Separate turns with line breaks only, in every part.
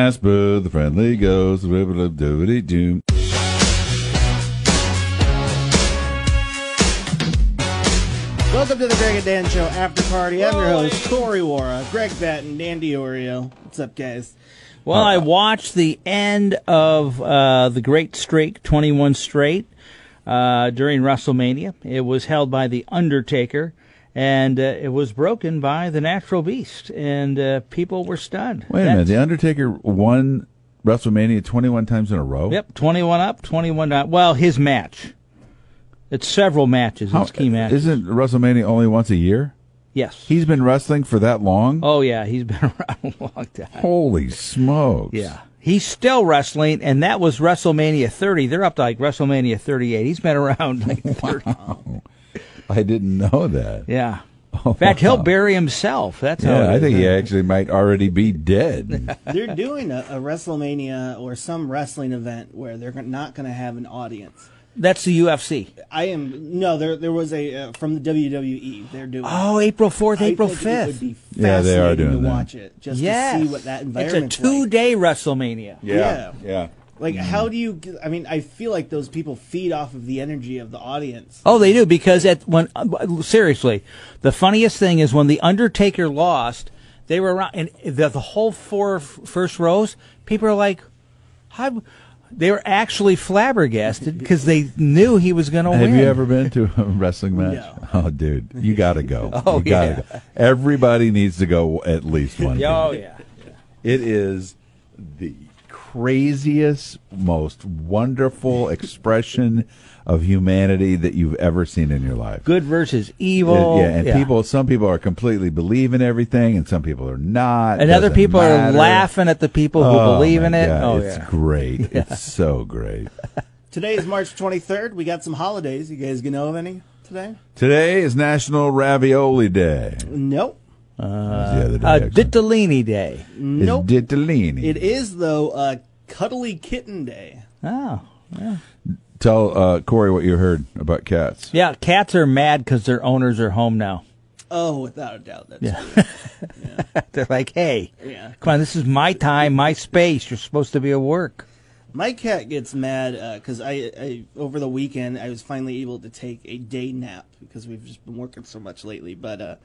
Casper, the friendly ghost, ribble of doody doom.
Welcome to the Greg and Dan Show After Party. I'm your host, Corey Wara, Greg Batten, Dan Oreo. What's up, guys?
Well, I watched the end of uh, the Great Streak, 21 straight, uh, during WrestleMania. It was held by The Undertaker, and uh, it was broken by The Natural Beast, and uh, people were stunned.
Wait a
That-
minute, The Undertaker won WrestleMania 21 times in a row?
Yep, 21 up, 21 down. Well, his match. It's several matches,
How,
it's key matches.
isn't WrestleMania only once a year?
yes.
He's been wrestling for that long?
oh, yeah, he's been around a long time.
Holy smokes.
Yeah. He's still wrestling, and that was WrestleMania 30. They're up to like WrestleMania 38. He's been around like 30.
I didn't know that.
Yeah. In fact, he'll bury himself. That's how.
Oh, Yeah,
it
I
is.
think he actually might already be dead.
They're doing a, a WrestleMania or some wrestling event where they're not going to have an audience.
that's the UFC.
I am no. There, there was a uh, from the WWE. They're doing.
Oh, April fourth,
I
April
think It would
fifth.
be
Yeah, they are
fascinating
doing
to
that.
watch it just
Yes.
to see what that
it's a
environment.
two-day WrestleMania.
Yeah.
Yeah.
Like,
Mm.
how do you? g- I mean, I feel like those people feed off of the energy of the audience.
Oh, they do because at when uh, seriously, the funniest thing is when the Undertaker lost, they were around and the, the whole four f- first rows. People are like, "How?" They were actually flabbergasted because they knew he was going to win.
Have you ever been to a wrestling match?
No.
Oh, dude, you gotta go.
Oh,
you gotta
yeah.
go. Everybody needs to go at least one.
Oh
time.
yeah.
It is the craziest, most wonderful expression of humanity that you've ever seen in your life.
Good versus evil.
Yeah, yeah, and people. Some people are completely believe in everything, and some people are not.
and other
Doesn't
people are
matter.
laughing at the people who
Oh,
believe
my
in it.
God,
oh
it's
yeah.
great. It's so great.
Today is March 23rd. We got some holidays. You guys gonna know of any today?
Today is National Ravioli Day.
Nope.
That was the other day,
Uh,
actually.
Dittolini Day.
It's
Nope.
Dittolini.
It is though uh, Cuddly Kitten Day.
Oh.
Tell uh, Corey what you heard about cats.
Yeah, cats are mad because their owners are home now.
Oh, without a doubt, that's
Yeah.
yeah.
They're like, hey,
Yeah.
come on, this is my time, my space. You're supposed to be at work.
My cat gets mad because I, I over the weekend I was finally able to take a day nap because we've just been working so much lately. But uh,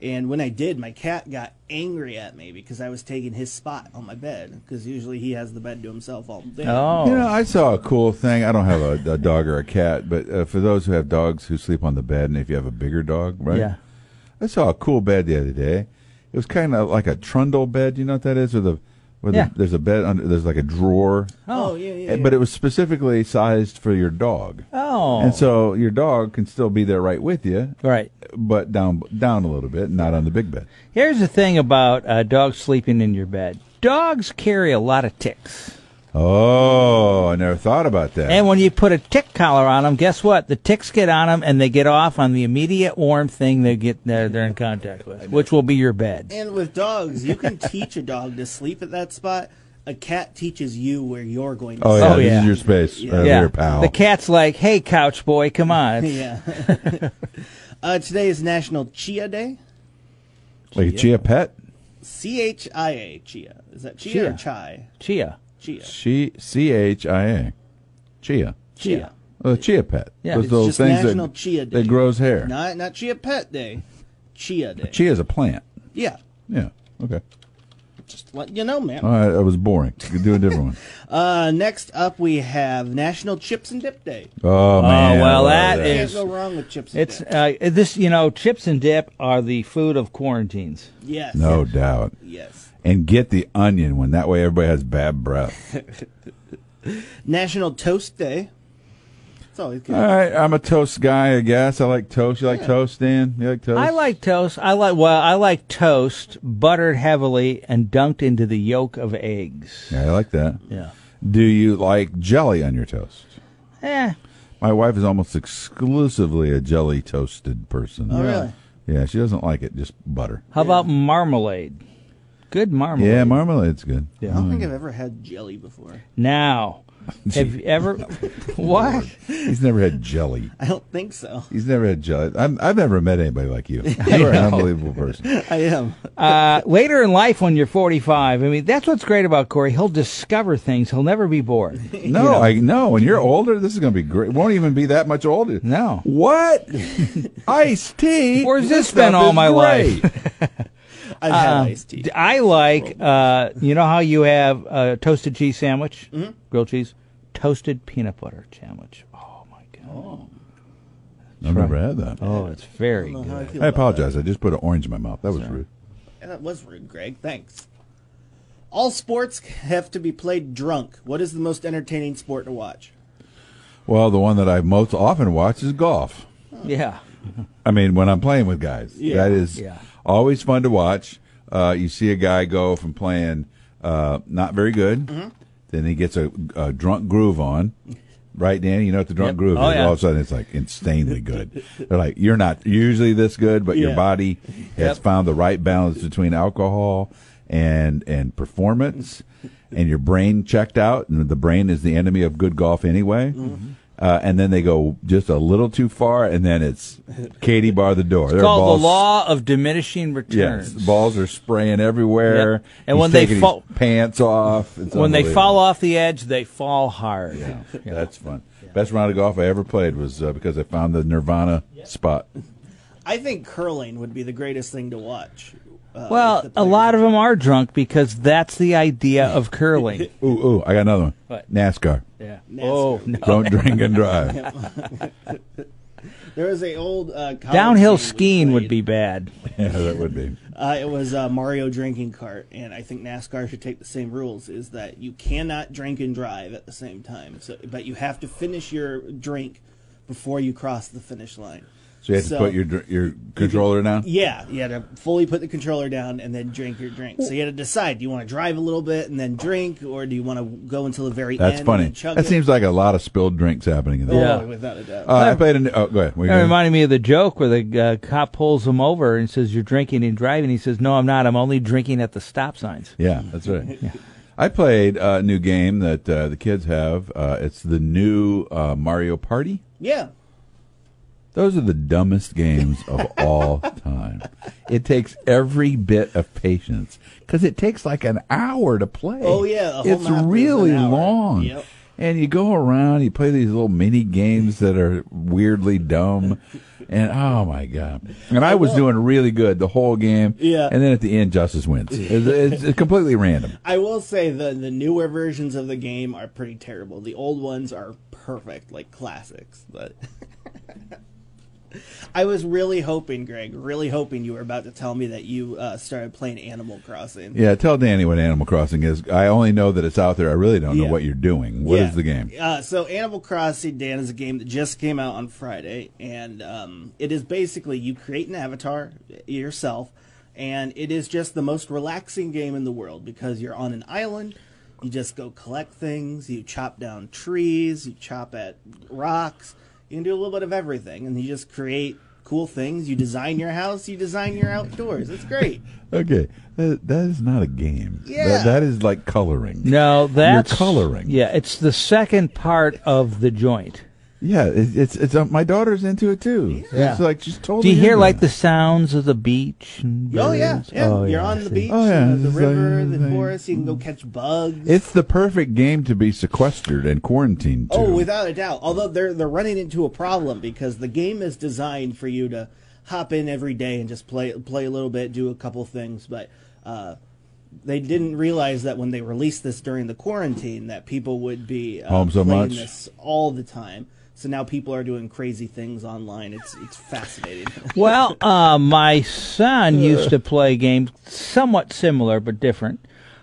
and when I did, my cat got angry at me because I was taking his spot on my bed because usually he has the bed to himself all day.
Oh.
You know, I saw a cool thing. I don't have a, a dog or a cat, but uh, for those who have dogs who sleep on the bed, and if you have a bigger dog, right?
Yeah.
I saw a cool bed the other day. It was kind of like a trundle bed. You know what that is? Where the where
Yeah.
the, there's a bed under there's like a drawer,
Oh, yeah, yeah,
And- but it was specifically sized for your dog,
Oh.
and so your dog can still be there right with you,
right.
but down down a little bit, not on the big bed.
Here's the thing about uh, dogs sleeping in your bed dogs carry a lot of ticks.
Oh, I never thought about that.
And when you put a tick collar on them, guess what? The ticks get on them and they get off on the immediate warm thing they get they're, they're in contact with, which will be your bed.
And with dogs, you can teach a dog to sleep at that spot. A cat teaches you where you're going to
Oh
sleep.
yeah,
Oh,
this
yeah.
is your space right over here, pal.
The cat's like, hey, couch boy, come on. It's-
Yeah. uh, today is National Chia Day.
like a chia pet.
C H I A Chia. Is that Chia, or
Chia.
Chai?
Chia.
Chia.
She C H I A, chia.
Chia.
Chia.
A chia pet.
Yeah.
Those
It's
little
just
things
National
that,
Chia Day.
that grows hair.
Not not Chia Pet Day. Chia Day.
Chia is a plant.
yeah.
Yeah. Okay.
Just let you know, man.
All right. That was boring. You could do a different one.
Uh, next up, we have National Chips and Dip Day.
Oh man.
well,
I love
that is-
Can't go wrong with chips and
It's
dip.
uh, this, you know, chips and dip are the food of quarantines.
Yes.
no doubt.
Yes.
And get the onion one. That way everybody has bad breath.
National Toast Day. It's always good.
All right. I'm a toast guy, I guess. I like toast. You like
Yeah.
toast, Dan? You like toast?
I like toast. I like well, I like toast buttered heavily and dunked into the yolk of eggs.
Yeah, I like that.
Yeah.
Do you like jelly on your toast?
Eh.
My wife is almost exclusively a jelly toasted person.
Oh, really?
Yeah, she doesn't like it, just butter.
How about marmalade? good marmalade.
Yeah, marmalade's good.
I
Yeah.
don't think I've ever had jelly before.
Now, have you ever?
Oh,
what?
He's never had jelly.
I don't think so.
He's never had jelly. I'm, I've never met anybody like you. You're an unbelievable person.
I am.
Uh, later in life, when you're 45, I mean, that's what's great about Corey. He'll discover things. He'll never be bored.
No, I no. When you're older, this is going to be great. Won't even be that much older.
No.
What? Iced tea.
Where's this
stuff
been all
is
my
great.
I've had iced tea.
D- I like, uh, you know how you have a toasted cheese sandwich, grilled cheese, toasted peanut butter sandwich. Oh my god!
I've never had that.
Oh, it's very
I don't know how I
good.
feel
I
about
apologize. I just put an orange in my mouth. That was rude.
That. that was rude, Greg. Thanks. All sports have to be played drunk. What is the most entertaining sport to watch?
Well, the one that I most often watch is golf.
Yeah,
I mean, when I'm playing with guys,
Yeah,
that is
yeah.
always fun to watch. Uh, you see a guy go from playing uh, not very good,
Mm-hmm.
then he gets a, a drunk groove on. Right, Danny? You know what the drunk
Yep.
groove
Oh,
is?
yeah.
All of a sudden, it's like insanely good. They're like, you're not usually this good, but your
Yeah.
body has
Yep.
found the right balance between alcohol and and performance, and your brain checked out. And the brain is the enemy of good golf anyway.
Mm-hmm.
Uh, and then they go just a little too far, and then it's Katie bar the door. Their
called
balls-
the law of diminishing returns.
Yes, balls are spraying everywhere.
Yep. And
He's
when they
taking his
fall-
pants off. It's
when they
unbelievable.
fall off the edge, they fall hard. Yeah.
That's fun. Best round of golf I ever played was uh, because I found the Nirvana spot.
I think curling would be the greatest thing to watch. Uh,
Well,
if the
a lot
players-
of them are drunk because that's the idea of curling.
Ooh, ooh, I got another one.
What?
NASCAR.
yeah.
Nascar.
Oh, no.
Don't drink and drive.
There was a old uh, college
downhill
game we
skiing would
played.
be bad.
Yeah, that would be.
Uh, it was uh, Mario drinking cart, and I think NASCAR should take the same rules: is that you cannot drink and drive at the same time, so, but you have to finish your drink before you cross the finish line.
So you have to put your dr- your controller down.
yeah, you had to fully put the controller down and then drink your drink. So you had to decide: do you want to drive a little bit and then drink, or do you want to go until the very
That's
end?
funny.
And chug
That
it?
seems like a lot of spilled drinks happening in there.
Oh,
Yeah.
without a doubt.
Uh, I played. An, oh, go ahead. We
That
can-
reminded me of the joke where the uh, cop pulls him over and says, "You're drinking and driving." He says, "No, I'm not. I'm only drinking at the stop signs."
Yeah, that's right. I played a new game that uh, the kids have. Uh, it's the new uh, Mario Party.
yeah,
Those are the dumbest games of all time. It takes every bit of patience because it takes like an hour to play.
Oh, yeah, a whole
it's
map is an
really
hour.
long.
Yep.
And you go around, you play these little mini games that are weirdly dumb, and oh my god! And I was doing really good the whole game.
Yeah.
And then at the end, Justice wins. It's, it's completely random.
I will say the the newer versions of the game are pretty terrible. The old ones are perfect, like classics. But I was really hoping, Greg, really hoping you were about to tell me that you uh, started playing Animal Crossing.
Yeah, tell Danny what Animal Crossing is. I only know that it's out there. I really don't know
Yeah.
what you're doing. What is
Yeah.
the game?
Uh, so Animal Crossing, Dan, is a game that just came out on Friday, and um, it is basically you create an avatar yourself, and it is just the most relaxing game in the world because you're on an island. You just go collect things. You chop down trees. You chop at rocks. You can do a little bit of everything, and you just create cool things. You design your house. You design your outdoors. It's great.
Okay, that, that is not a game.
Yeah.
That- that is like coloring.
No, that's
coloring.
Yeah, it's the second part of the joint.
Yeah, it, it's it's uh, my daughter's into it too.
Yeah.
It's like she's totally.
Do you hear
into
like
it.
the sounds of the beach? And
Oh yeah,
birds?
yeah.
Oh,
You're
yeah, I
on the
see.
beach,
Oh, yeah,
uh, the
it's
river,
like-
the forest. You can go catch bugs.
It's the perfect game to be sequestered and quarantined to.
Oh, without a doubt. Although they're they're running into a problem because the game is designed for you to hop in every day and just play play a little bit, do a couple things, but uh, they didn't realize that when they released this during the quarantine that people would be uh,
Home so
playing
much.
this all the time. So now people are doing crazy things online. It's it's fascinating.
Well, uh, my son used
Uh.
to play games somewhat similar but different,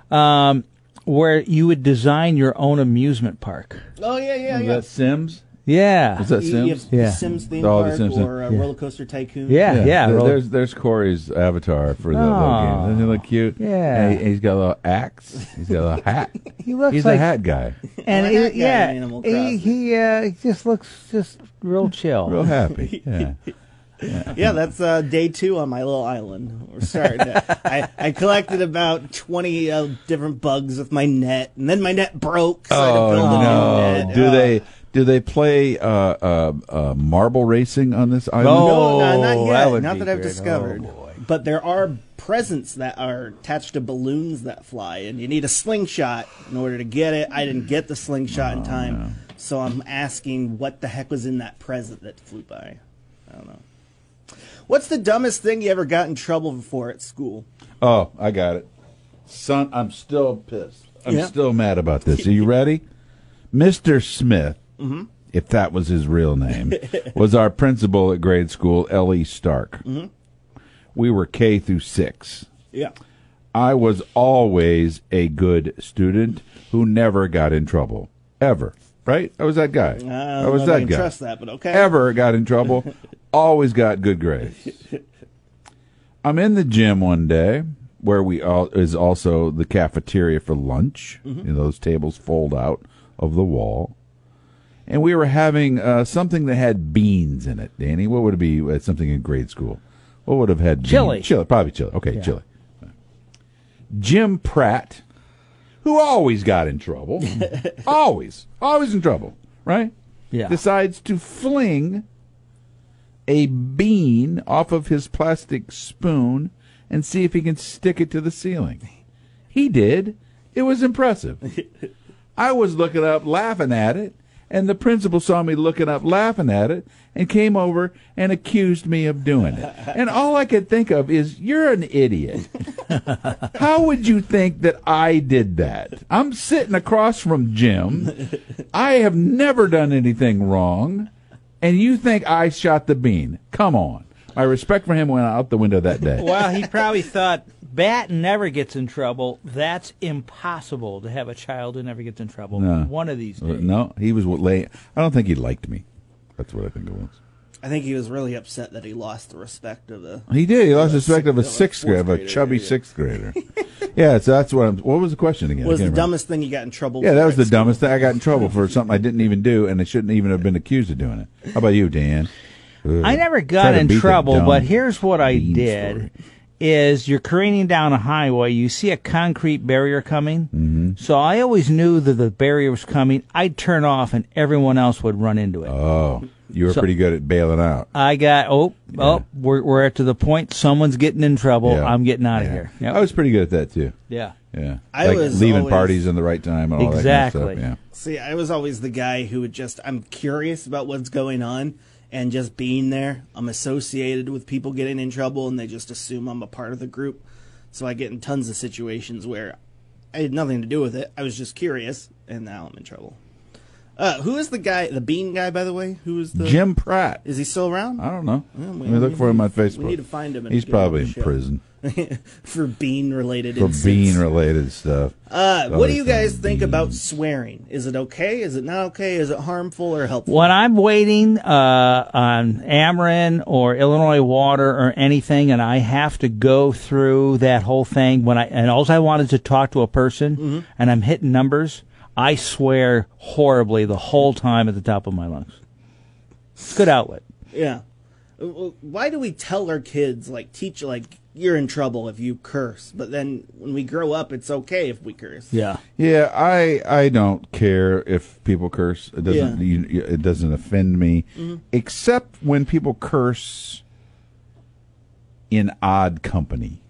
um, where you would design your own amusement park.
oh yeah, yeah,
Is
yeah.
that Sims?
Yeah.
Is that
You, you have
Sims?
Yeah.
the E, Sims theme
Oh, the
park
Sims thing.
or uh, Roller Coaster Tycoon.
Yeah.
There-
roll-
There's there's Corey's avatar for the little
Aw.
game. Doesn't he look cute?
Yeah.
And he, has got a little axe. He's got a little hat.
He looks
He's a
like-
hat guy.
and
Well,
he-
that guy
yeah,
in Animal
he
Crossing.
he, uh, he just looks just real chill.
Real happy. Yeah.
yeah, that's uh, day two on my little island. We're starting. to- I, I collected about 20 uh, different bugs with my net, and then my net broke. So I had
Oh,
to build a new
Oh, no!
net.
Do
Uh,
they do they play uh, uh, uh, marble racing on this island?
No, no, not
Oh, that
yet.
would
not
be
that I've
great. Oh,
discovered.
boy.
but there are presents that are attached to balloons that fly, and you need a slingshot in order to get it. I didn't get the slingshot
Oh,
in time, so I'm asking what the heck was in that present that flew by. I don't know. What's the dumbest thing you ever got in trouble for at school?
Oh, I got it. Son, I'm still pissed. I'm
Yeah.
still mad about this. Are you ready? Mr. Smith,
Mm-hmm.
if that was his real name, was our principal at grade school, L.E. Stark.
Mm-hmm.
We were K through six.
Yeah.
I was always a good student who never got in trouble. Ever. Right? I was that guy.
I,
I was
don't know if I
that
can
guy
Uh, trust that, but okay.
ever got in trouble, always got good grades. I'm in the gym one day where we all is also the cafeteria for lunch.
Mm-hmm.
You know, those tables fold out of the wall. And we were having uh, something that had beans in it, Danny. What would it be? uh, Something in grade school. What would have had
Chili.
Beans? Chili, probably chili. Okay, chili. Jim Pratt, who always got in trouble, always, always in trouble, right?
Yeah.
decides to fling a bean off of his plastic spoon and see if he can stick it to the ceiling. He did. It was impressive. I was looking up, laughing at it, and the principal saw me looking up, laughing at it, and came over and accused me of doing it. And all I could think of is, you're an idiot. How would you think that I did that? I'm sitting across from Jim. I have never done anything wrong, and you think I shot the bean. Come on. My respect for him went out the window that day.
Well, he probably thought Bat never gets in trouble. That's impossible to have a child who never gets in trouble.
No.
One of these days.
No, he was late. I don't think he liked me. That's what I think it was.
I think he was really upset that he lost the respect of the.
He did. He lost respect of a
sixth- of a
sixth grader, of a
fourth
chubby
grader, yeah.
sixth grader. yeah, so that's what I'm. What was the question again? I
Was the
can't remember.
dumbest thing you got in trouble?
Yeah,
for
that was
at
the
school?
dumbest thing. I got in trouble for something I didn't even do, and I shouldn't even have been accused of doing it. How about you, Dan? Ugh.
I never
Try
got
to
in
beat the
trouble,
dumb
but here's what I
bean
did.
story.
Is you're careening down a highway, you see a concrete barrier coming. Mm-hmm. So I always knew that the barrier was coming. I'd turn off and everyone else would run into it.
Oh, you were
So-
pretty good at bailing out.
I got, oh, oh, we're, we're to the point someone's getting in trouble.
Yeah.
I'm getting out of
Yeah.
here. Yep.
I was pretty good at that too.
yeah.
Yeah,
I
like
was
leaving
always-
parties in the right time and all that
Exactly.
kind of stuff.
See, I was always the guy who would just I'm curious about what's going on and just being there. I'm associated with people getting in trouble and they just assume I'm a part of the group. So I get in tons of situations where I had nothing to do with it. I was just curious and now I'm in trouble. Uh, who is the guy, the bean guy, by the way? Who is the.
Yeah, Jim Uh, Pratt.
Is he still around?
I don't know.
Well, we-
Let me look for him on Facebook.
We need to find him. and
He's
get him on
probably
the
in
show.
prison
for bean related
for bean related stuff.
Uh,
Oh,
what do you
it's not
guys think
bean.
about swearing? Is it okay? Is it not okay? Is it harmful or helpful?
When I'm waiting uh, on Ameren or Illinois Water or anything, and I have to go through that whole thing, when I and all I want is to talk to a person, and I'm hitting numbers, I swear horribly the whole time at the top of my lungs. Good outlet.
Yeah. Uh, well, Why do we tell our kids like teach like you're in trouble if you curse, but then when we grow up, it's okay if we curse?
Yeah.
Yeah, I I don't care if people curse. It doesn't
Yeah.
you, you- it doesn't offend me, except when people curse in odd company.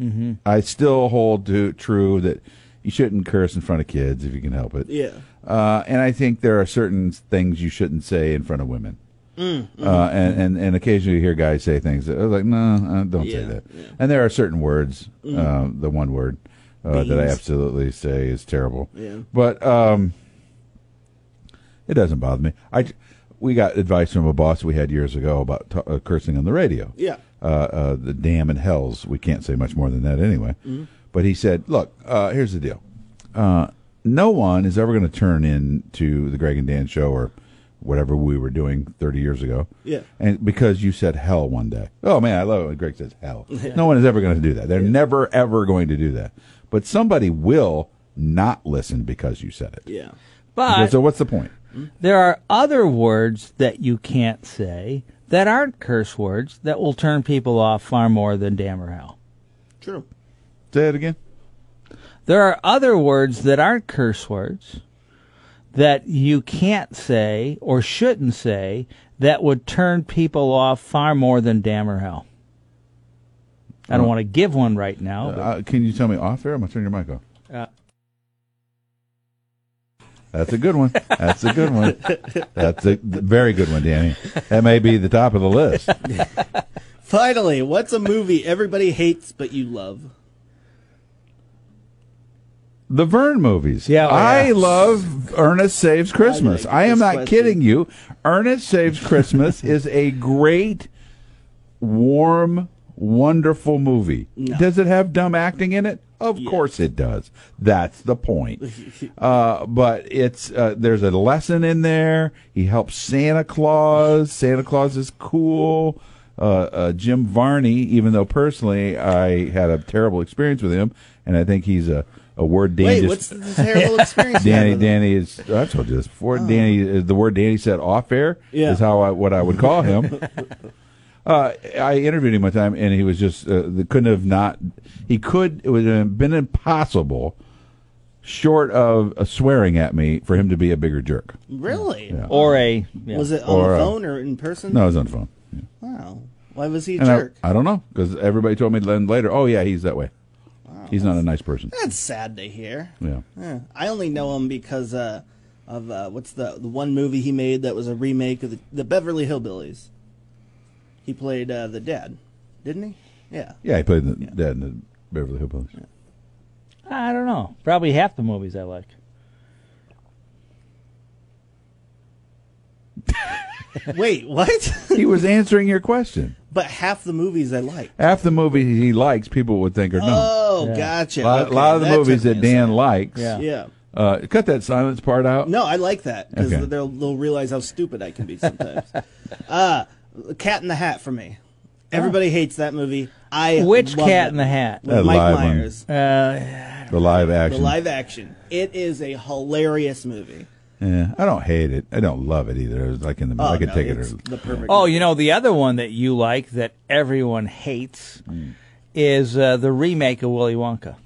Mm-hmm. I still hold to true that you shouldn't curse in front of kids if you can help it.
Yeah.
Uh, and I think there are certain things you shouldn't say in front of women.
Mm,
Uh, and, and, and occasionally you hear guys say things that I was like, no, uh, don't say
Yeah,
that.
yeah. Mm.
And there are certain words, uh, the one word uh, that I
Beans.
absolutely say is terrible.
Yeah.
But um, it doesn't bother me. I, we got advice from a boss we had years ago about t- uh, cursing on the radio
Yeah.
uh, uh, the damn and hells. We can't say much more than that anyway.
Mm-hmm.
But he said, look, uh, here's the deal. Uh, no one is ever going to turn in to the Greg and Dan show or whatever we were doing 30 years ago.
Yeah.
And because you said hell one day. Oh man, I love it when Greg says hell. No one is ever going to do that. They're never ever going to do that. But somebody will not listen because you said it.
Yeah.
But
So what's the point?
there are other words that you can't say that aren't curse words that will turn people off far more than damn or hell.
True.
Say it again.
There are other words that aren't curse words that you can't say or shouldn't say that would turn people off far more than damn or hell. I don't want to give one right now. but-
Uh, can you tell me off air? I'm gonna turn your mic off.
Uh.
That's a good one. That's a good one. That's a very good one, Danny. That may be the top of the list.
Finally, what's a movie everybody hates but you love?
The Vern movies.
Yeah, oh,
I
yeah.
love Ernest Saves Christmas.
I like
I, am
this
not
question.
kidding you. Ernest Saves Christmas is a great, warm, wonderful movie.
No.
Does it have dumb acting in it? Of course it does. That's the point. uh, but it's uh, there's a lesson in there. He helps Santa Claus. Santa Claus is cool. Uh, uh, Jim Varney, even though personally I had a terrible experience with him, and I think he's a a word Danny
Wait,
just-
what's the terrible experience? you had
Danny,
with it?
Danny is. I told you this before. Danny, uh, the word Danny said off air
Oh. Yeah.
is how I what I would call him. uh, I interviewed him one time, and he was just uh, they couldn't have not. He could. It would have been impossible, short of uh, swearing at me, for him to be a bigger jerk.
Really?
or a yeah.
Was it on
Or,
the
uh,
phone or in person?
No, it was on the phone. Yeah.
Wow. Why was he a
And I-
jerk?
I, don't know because everybody told me then later. Oh yeah, he's that way. he's not a nice person.
That's sad to hear.
Yeah.
Yeah. I only know him because uh, of uh, what's the the one movie he made that was a remake of the, the Beverly Hillbillies. He played uh, the dad, didn't he? Yeah.
Yeah, he played the dad in the Beverly Hillbillies.
I don't know. Probably half the movies I like.
Wait, what?
he was answering your question.
but half the movies I like.
Half the movies he likes, people would think are dumb.
Oh,
Yeah.
gotcha.
a lot,
Okay,
lot of the
took
movies
me
that
a
Dan
second.
likes.
Yeah.
Yeah.
Uh, cut that silence part out.
No, I like that because
Okay.
they'll, they'll realize how stupid I can be sometimes. uh, Cat in the Hat for me.
Oh.
Everybody hates that movie. I
Which
love
Cat
that
in the Hat?
movie.
That
With Mike
live one.
Myers.
Uh,
The live action.
The live action. It is a hilarious movie.
yeah, I don't hate it. I don't love it either. It was like in the,
Oh,
I could
no,
take it or.
it's the perfect.
oh,
movie.
you know the other one that you like that everyone hates is uh, the remake of Willy Wonka.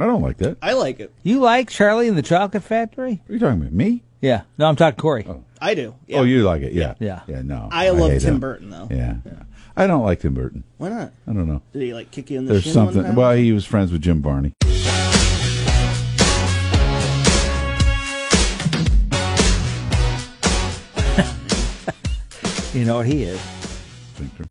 I don't like that.
I like it.
You like Charlie and the Chocolate Factory?
What are you talking about? Me?
Yeah. No, I'm talking Corey.
I do. Yeah.
Oh, you like it? Yeah.
Yeah.
Yeah. No.
I love
hate
Tim
that.
Burton though.
Yeah. I don't like Tim Burton.
Why not?
I don't know.
Did he like kick you in the
There's
shin
something.
One time?
Well, he was friends with Jim Barney.
You know what he is.
I think.